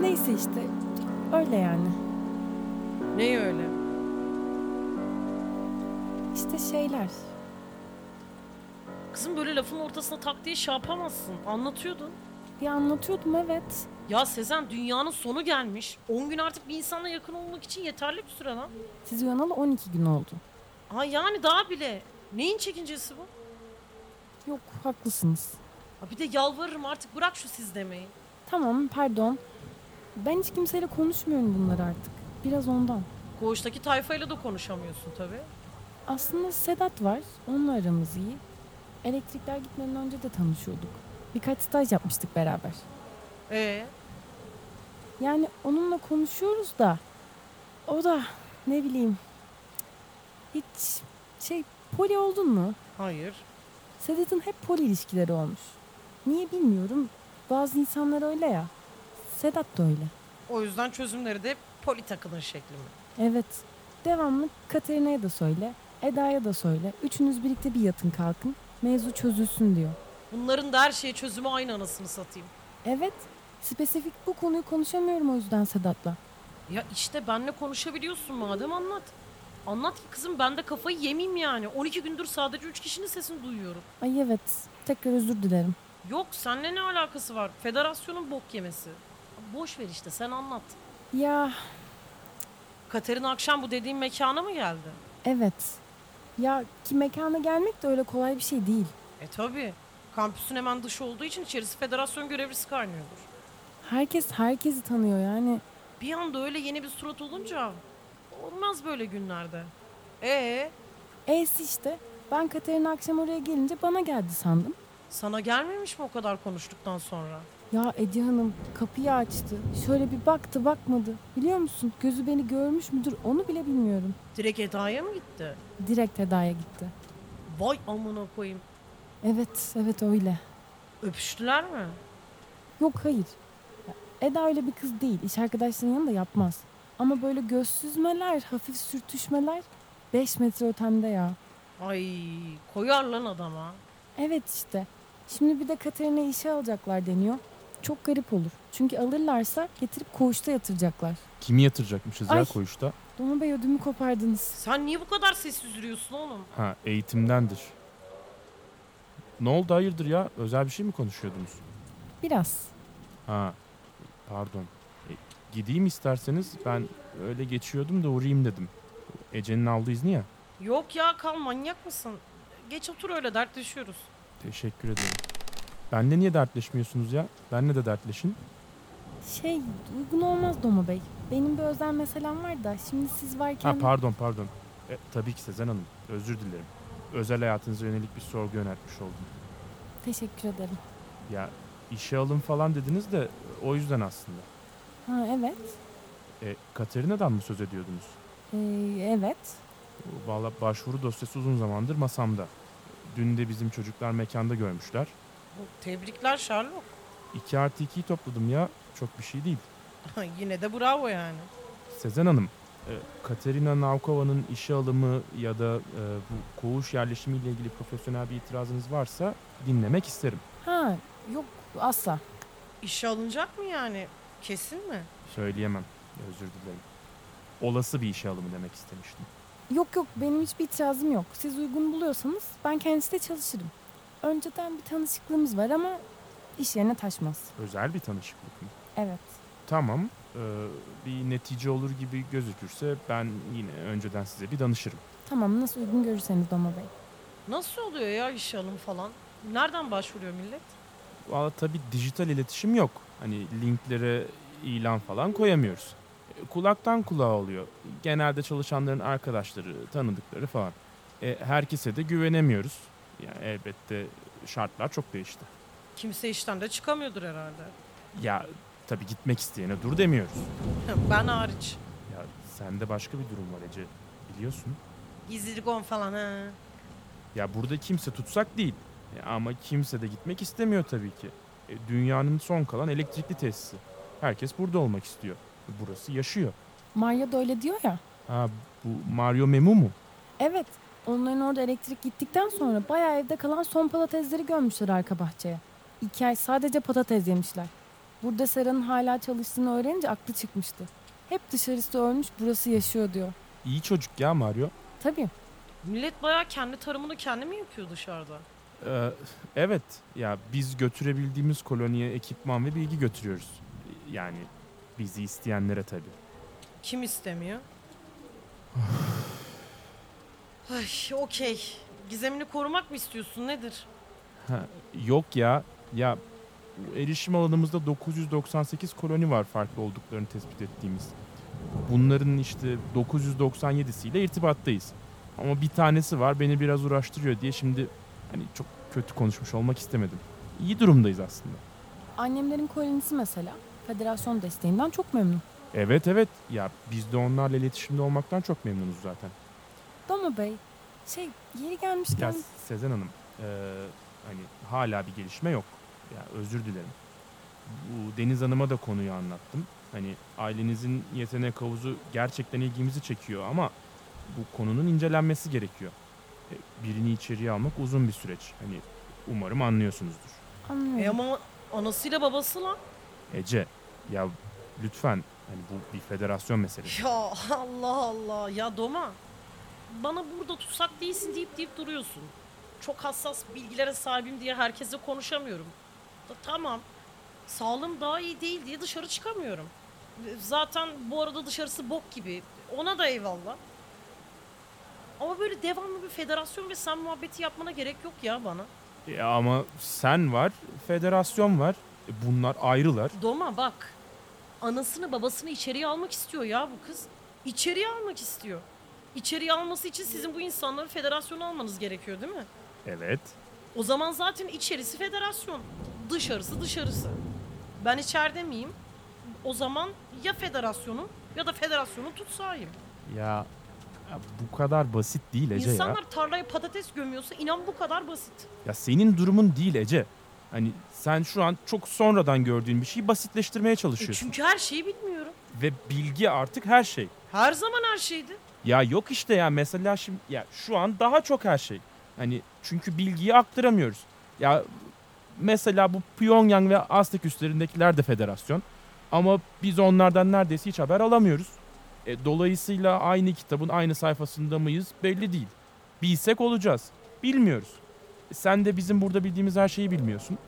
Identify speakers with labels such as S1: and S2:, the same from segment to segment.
S1: kötü işte. Öyle yani.
S2: Ne öyle?
S1: İşte şeyler.
S2: Kızım böyle lafın ortasına tak diye şey yapamazsın. Anlatıyordun.
S1: Ya anlatıyordum evet.
S2: Ya Sezen dünyanın sonu gelmiş. 10 gün artık bir insanla yakın olmak için yeterli bir süre lan.
S1: Siz uyanalı 12 gün oldu.
S2: Ha yani daha bile. Neyin çekincesi bu?
S1: Yok haklısınız.
S2: Ha bir de yalvarırım artık bırak şu siz demeyi.
S1: Tamam pardon. Ben hiç kimseyle konuşmuyorum bunları artık. Biraz ondan.
S2: Koğuştaki tayfayla da konuşamıyorsun tabii.
S1: Aslında Sedat var. Onunla aramız iyi. Elektrikler gitmeden önce de tanışıyorduk. Birkaç staj yapmıştık beraber.
S2: Ee,
S1: Yani onunla konuşuyoruz da o da ne bileyim hiç şey poli oldun mu?
S2: hayır.
S1: Sedat'ın hep poli ilişkileri olmuş. Niye bilmiyorum. Bazı insanlar öyle ya. Sedat da öyle.
S2: O yüzden çözümleri de hep poli takılır şeklinde.
S1: Evet. Devamlı Katerina'ya da söyle. Eda'ya da söyle. Üçünüz birlikte bir yatın kalkın. Mevzu çözülsün diyor.
S2: Bunların da her şeye çözümü aynı anasını satayım.
S1: Evet. Spesifik bu konuyu konuşamıyorum o yüzden Sedat'la.
S2: Ya işte benle konuşabiliyorsun madem anlat. Anlat ki kızım ben de kafayı yemeyeyim yani. 12 gündür sadece 3 kişinin sesini duyuyorum.
S1: Ay evet. Tekrar özür dilerim.
S2: Yok seninle ne alakası var? Federasyonun bok yemesi. Boş ver işte sen anlat.
S1: Ya
S2: Katerina akşam bu dediğin mekana mı geldi?
S1: evet. Ya ki mekana gelmek de öyle kolay bir şey değil.
S2: E tabi. Kampüsün hemen dışı olduğu için içerisi federasyon görevlisi kaynıyordur.
S1: Herkes herkesi tanıyor yani.
S2: Bir anda öyle yeni bir surat olunca olmaz böyle günlerde. E
S1: Es işte. Ben Katerina akşam oraya gelince bana geldi sandım.
S2: sana gelmemiş mi o kadar konuştuktan sonra?
S1: Ya Ece Hanım kapıyı açtı. Şöyle bir baktı bakmadı. Biliyor musun gözü beni görmüş müdür onu bile bilmiyorum.
S2: Direkt Eda'ya mı gitti?
S1: Direkt Eda'ya gitti.
S2: Vay amına koyayım.
S1: Evet evet öyle.
S2: Öpüştüler mi?
S1: Yok hayır. Eda öyle bir kız değil. İş arkadaşlarının yanında yapmaz. Ama böyle göz süzmeler, hafif sürtüşmeler 5 metre ötemde ya.
S2: Ay koyar lan adama.
S1: Evet işte. Şimdi bir de Katerina işe alacaklar deniyor. Çok garip olur. Çünkü alırlarsa getirip koğuşta yatıracaklar.
S3: Kimi yatıracakmışız
S1: Ay.
S3: ya koğuşta?
S1: Doğan Bey ödümü kopardınız.
S2: Sen niye bu kadar sessiz yürüyorsun oğlum?
S3: Ha eğitimdendir. Ne oldu hayırdır ya? Özel bir şey mi konuşuyordunuz?
S1: Biraz.
S3: Ha pardon. E, gideyim isterseniz ben öyle geçiyordum da uğrayayım dedim. Ece'nin aldığı izni ya.
S2: Yok ya kal manyak mısın? Geç otur öyle dertleşiyoruz.
S3: Teşekkür ederim. Benle niye dertleşmiyorsunuz ya? Benle de dertleşin.
S1: Şey uygun olmaz Doma Bey. Benim bir özel meselem var da şimdi siz varken...
S3: Ha pardon pardon. E, tabii ki Sezen Hanım. Özür dilerim. Özel hayatınıza yönelik bir sorgu yöneltmiş oldum.
S1: Teşekkür ederim.
S3: Ya işe alın falan dediniz de o yüzden aslında.
S1: Ha evet.
S3: E, Katerina'dan mı söz ediyordunuz?
S1: Ee, evet.
S3: Valla başvuru dosyası uzun zamandır masamda. Dün de bizim çocuklar mekanda görmüşler.
S2: Bu- Tebrikler Sherlock.
S3: 2 artı 2'yi topladım ya çok bir şey değil.
S2: Yine de bravo yani.
S3: Sezen Hanım, e, Katerina Naukova'nın işe alımı ya da e, bu koğuş yerleşimiyle ilgili profesyonel bir itirazınız varsa dinlemek isterim.
S1: Ha yok asla.
S2: İşe alınacak mı yani? Kesin mi?
S3: Söyleyemem, özür dilerim. Olası bir işe alımı demek istemiştim.
S1: Yok yok benim hiçbir itirazım yok. Siz uygun buluyorsanız ben kendisiyle çalışırım. Önceden bir tanışıklığımız var ama iş yerine taşmaz.
S3: Özel bir tanışıklık mı?
S1: Evet.
S3: Tamam, e, bir netice olur gibi gözükürse ben yine önceden size bir danışırım.
S1: Tamam nasıl uygun görürseniz Doma Bey.
S2: Nasıl oluyor ya işe alım falan? Nereden başvuruyor millet?
S3: Valla tabii dijital iletişim yok. Hani linklere ilan falan koyamıyoruz. E, Kulaktan kulağa oluyor. Genelde çalışanların arkadaşları, tanıdıkları falan. E, herkese de güvenemiyoruz. Yani elbette şartlar çok değişti.
S2: Kimse işten de çıkamıyordur herhalde.
S3: Ya tabii gitmek isteyene dur demiyoruz.
S2: ben hariç.
S3: Ya sende başka bir durum var Ece. Biliyorsun.
S2: Gizligon falan ha.
S3: Ya burada kimse tutsak değil. E, ama kimse de gitmek istemiyor tabii ki. E, dünyanın son kalan elektrikli tesisi. Herkes burada olmak istiyor. Burası yaşıyor.
S1: Mario da öyle diyor ya.
S3: Ha bu Mario Memu mu?
S1: Evet. Onların orada elektrik gittikten sonra bayağı evde kalan son patatesleri gömmüşler arka bahçeye. İki ay sadece patates yemişler. Burada Sera'nın hala çalıştığını öğrenince aklı çıkmıştı. Hep dışarısı ölmüş burası yaşıyor diyor.
S3: İyi çocuk ya Mario.
S1: Tabii
S2: Millet bayağı kendi tarımını kendi mi yapıyor dışarıda?
S3: Ee, evet ya biz götürebildiğimiz koloniye ekipman ve bilgi götürüyoruz. Yani bizi isteyenlere tabii.
S2: Kim istemiyor? Ay okey. Gizemini korumak mı istiyorsun nedir?
S3: Ha, yok ya. Ya erişim alanımızda 998 koloni var farklı olduklarını tespit ettiğimiz. Bunların işte 997'siyle irtibattayız. Ama bir tanesi var beni biraz uğraştırıyor diye şimdi hani çok kötü konuşmuş olmak istemedim. İyi durumdayız aslında.
S1: annemlerin kolonisi mesela federasyon desteğinden çok memnun.
S3: Evet evet ya biz de onlarla iletişimde olmaktan çok memnunuz zaten.
S1: Dama Bey şey yeri gelmişken
S3: Ya Sezen Hanım e, hani hala bir gelişme yok. Ya özür dilerim. Bu Deniz Hanım'a da konuyu anlattım. Hani ailenizin yetenek havuzu gerçekten ilgimizi çekiyor ama bu konunun incelenmesi gerekiyor. E, birini içeriye almak uzun bir süreç. Hani umarım anlıyorsunuzdur.
S2: E
S1: anlıyorum.
S2: ama anasıyla babası lan.
S3: Ece ya lütfen hani bu bir federasyon meselesi.
S2: Ya Allah Allah ya Doma. Bana burada tutsak değilsin deyip deyip duruyorsun. Çok hassas bilgilere sahibim diye herkese konuşamıyorum. Ta- tamam. Sağlığım daha iyi değil diye dışarı çıkamıyorum. E, Zaten bu arada dışarısı bok gibi. Ona da eyvallah. Ama böyle devamlı bir federasyon ve sen muhabbeti yapmana gerek yok ya bana.
S3: E, ama sen var, federasyon var. E, bunlar ayrılar.
S2: Doma bak. Anasını babasını içeriye almak istiyor ya bu kız. İçeriye almak istiyor. İçeriye alması için sizin bu insanları federasyona almanız gerekiyor değil mi?
S3: Evet.
S2: O zaman zaten içerisi federasyon. Dışarısı dışarısı. Ben içeride miyim? O zaman ya federasyonun ya da federasyonun tutsağıyım.
S3: Ya, ya bu kadar basit değil Ece ya.
S2: İnsanlar tarlaya patates gömüyorsa inan bu kadar basit. E
S3: Ya senin durumun değil Ece. Hani sen şu an çok sonradan gördüğün bir şeyi basitleştirmeye
S2: E
S3: çalışıyorsun.
S2: çünkü her şeyi bilmiyorum.
S3: Ve bilgi artık her şey.
S2: Her zaman her şeydi.
S3: Ya yok işte ya mesela şimdi ya şu an daha çok her şey. Hani çünkü bilgiyi aktaramıyoruz. Ya mesela bu Pyongyang ve Aztek üstlerindekiler de federasyon. Ama biz onlardan neredeyse hiç haber alamıyoruz. E, dolayısıyla aynı kitabın aynı sayfasında mıyız belli değil. Bilsek olacağız. Bilmiyoruz. E, sen de bizim burada bildiğimiz her şeyi bilmiyorsun.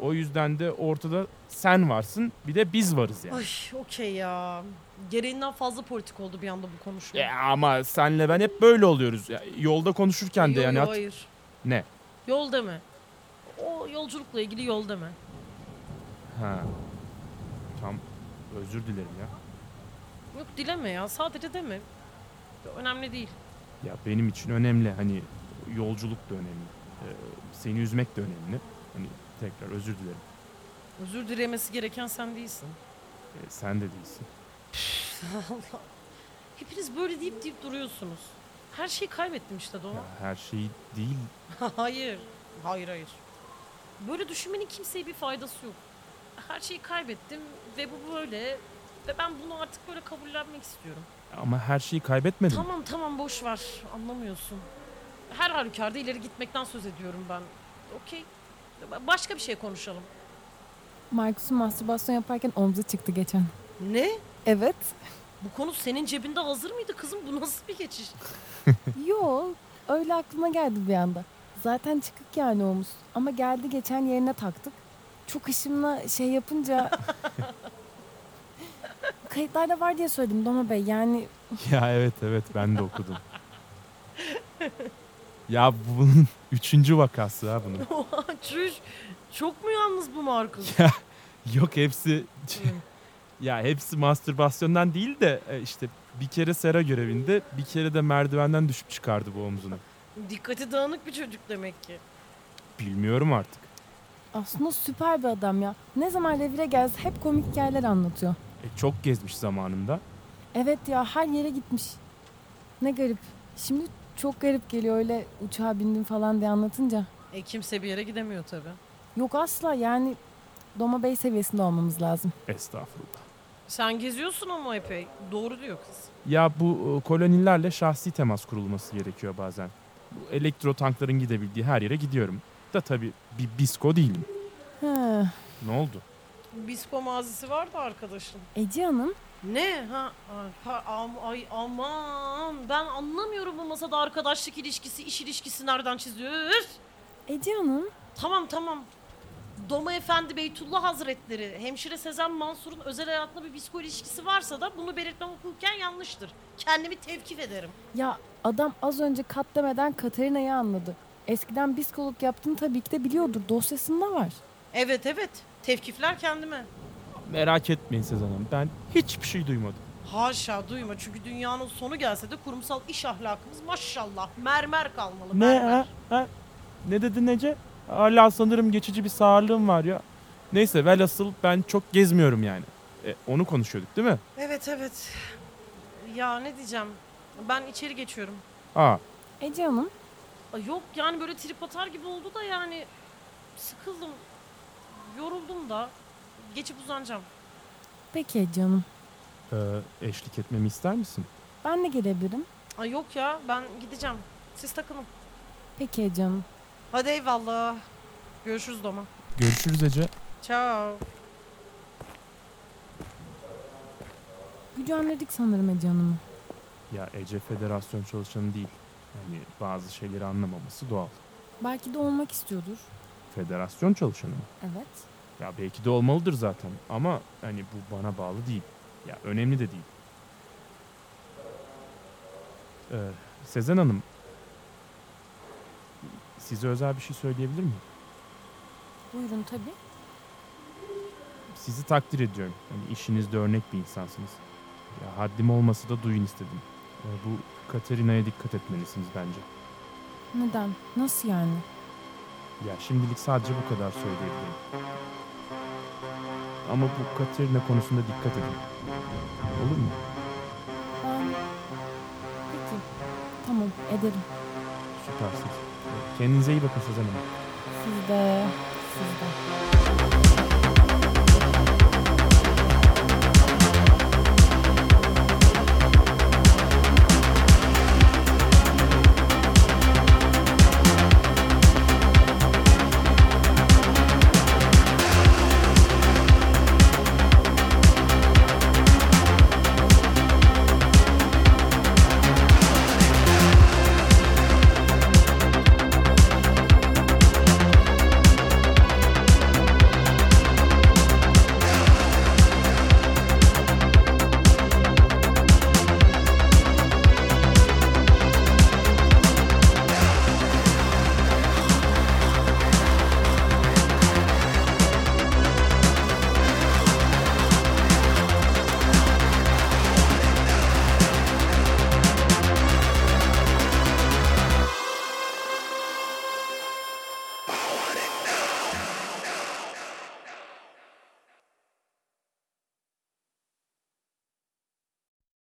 S3: O yüzden de ortada sen varsın bir de biz varız yani.
S2: Ay okey ya. Gereğinden fazla politik oldu bir anda bu konuşma.
S3: Ya E, ama senle ben hep böyle oluyoruz. Ya, yolda konuşurken de
S2: Yo,
S3: yani
S2: yo,
S3: hat-
S2: hayır.
S3: Ne?
S2: Yol deme. O yolculukla ilgili yol deme.
S3: Ha. Tam özür dilerim ya.
S2: Yok dileme ya sadece deme. Önemli değil.
S3: Ya benim için önemli hani yolculuk da önemli. Ee, seni üzmek de önemli. Hani tekrar özür dilerim.
S2: Özür dilemesi gereken sen değilsin.
S3: Ee, sen de değilsin.
S2: Allah. Hepiniz böyle deyip deyip duruyorsunuz. Her şeyi kaybettim işte
S3: Ya
S2: Doğan.
S3: her şey değil.
S2: hayır. Hayır hayır. Böyle düşünmenin kimseye bir faydası yok. Her şeyi kaybettim ve bu böyle. Ve ben bunu artık böyle kabullenmek istiyorum.
S3: Ama her şeyi kaybetmedim.
S2: Tamam tamam boş ver. Anlamıyorsun. Her halükarda ileri gitmekten söz ediyorum ben. Okey. Ba- Başka bir şey konuşalım.
S1: Markus'un mastürbasyon yaparken omzu çıktı geçen.
S2: Ne?
S1: Evet.
S2: Bu konu senin cebinde hazır mıydı kızım? Bu nasıl bir geçiş?
S1: Yo öyle aklıma geldi bir anda. Zaten çıkık yani omuz. Ama geldi geçen yerine taktık. Çok işimle şey yapınca... Kayıtlarda var diye söyledim Doma Bey. Yani
S3: ya evet evet ben de okudum. ya bunun üçüncü vakası ha bunun.
S2: Oha, Çüş. Çok mu yalnız bu Markus?
S3: Yok hepsi ya hepsi mastürbasyondan değil de e, işte bir kere sera görevinde bir kere de merdivenden düşüp çıkardı bu omzunu.
S2: Dikkati dağınık bir çocuk demek ki.
S3: Bilmiyorum artık.
S1: aslında süper bir adam ya. Ne zaman revire gelse hep komik hikayeler anlatıyor.
S3: E, çok gezmiş zamanında.
S1: Evet ya her yere gitmiş. Ne garip. Şimdi çok garip geliyor öyle uçağa bindim falan diye anlatınca.
S2: E kimse bir yere gidemiyor tabii.
S1: Yok asla yani Doma Bey seviyesinde olmamız lazım.
S3: Estağfurullah.
S2: Sen geziyorsun ama epey. Doğru diyor kız.
S3: Ya bu e, kolonilerle şahsi temas kurulması gerekiyor bazen. Bu elektro tankların gidebildiği her yere gidiyorum. Da tabii bir bisko değilim.
S1: He.
S3: Ne oldu?
S2: Bisko mazisi vardı arkadaşın.
S1: Ece Hanım
S2: Ne? Ha, ha, ha, am- ay aman ben anlamıyorum bu masada arkadaşlık ilişkisi, iş ilişkisi nereden çiziyor? Üf!
S1: Ece Hanım
S2: Tamam tamam. Doma Efendi Beytullah Hazretleri, hemşire Sezen Mansur'un özel hayatında bir bisko ilişkisi varsa da bunu belirtmem hukuken yanlıştır. Kendimi tevkif ederim.
S1: Ya adam az önce kat demeden Katerina'yı anladı. Eskiden psikolog yaptığını tabii ki de biliyordur. Dosyasında var.
S2: Evet evet, tevkifler kendime.
S3: Merak etmeyin Sezen Hanım. Ben hiçbir şey duymadım.
S2: Haşa duyma çünkü dünyanın sonu gelse de kurumsal iş ahlakımız maşallah mermer kalmalı.
S3: Ne?
S2: mermer.
S3: Ha, ha? Ne dedin Ece? Hala sanırım geçici bir sağırlığım var ya. Neyse velhasıl ben çok gezmiyorum yani. E, onu konuşuyorduk değil mi?
S2: Evet evet. Ya ne diyeceğim? Ben içeri geçiyorum.
S3: Aa
S1: Ece Hanım
S2: Ay yok yani böyle trip atar gibi oldu da yani sıkıldım. Yoruldum da. Geçip uzanacağım.
S1: peki Ece Hanım.
S3: e, eşlik etmemi ister misin?
S1: Ben de gelebilirim.
S2: Ay yok ya ben gideceğim. Siz takılın.
S1: Peki e Ece Hanım.
S2: Hadi eyvallah. Görüşürüz Doma.
S3: Görüşürüz Ece.
S2: Ciao.
S1: Gücenledik sanırım e Ece Hanım'ı.
S3: Ya Ece federasyon çalışanı değil. Yani bazı şeyleri anlamaması doğal.
S1: Belki de olmak istiyordur.
S3: Federasyon çalışanı mı?
S1: Evet.
S3: Ya belki de olmalıdır zaten ama hani bu bana bağlı değil. Ya önemli de değil. Ee, Sezen Hanım. Size özel bir şey söyleyebilir miyim?
S1: Buyurun tabii.
S3: Sizi takdir ediyorum. Hani işinizde örnek bir insansınız. Ya haddim olması da duyun istedim. Ee, bu Katerina'ya dikkat etmelisiniz bence.
S1: Neden? Nasıl yani?
S3: Ya şimdilik sadece bu kadar söyleyebilirim. Ama bu Katerina konusunda dikkat edin. Olur mu?
S1: Ben... Peki. Tamam ederim.
S3: Süpersiniz. Kendinize iyi bakın Sezen Hanım.
S1: Siz de... Siz de.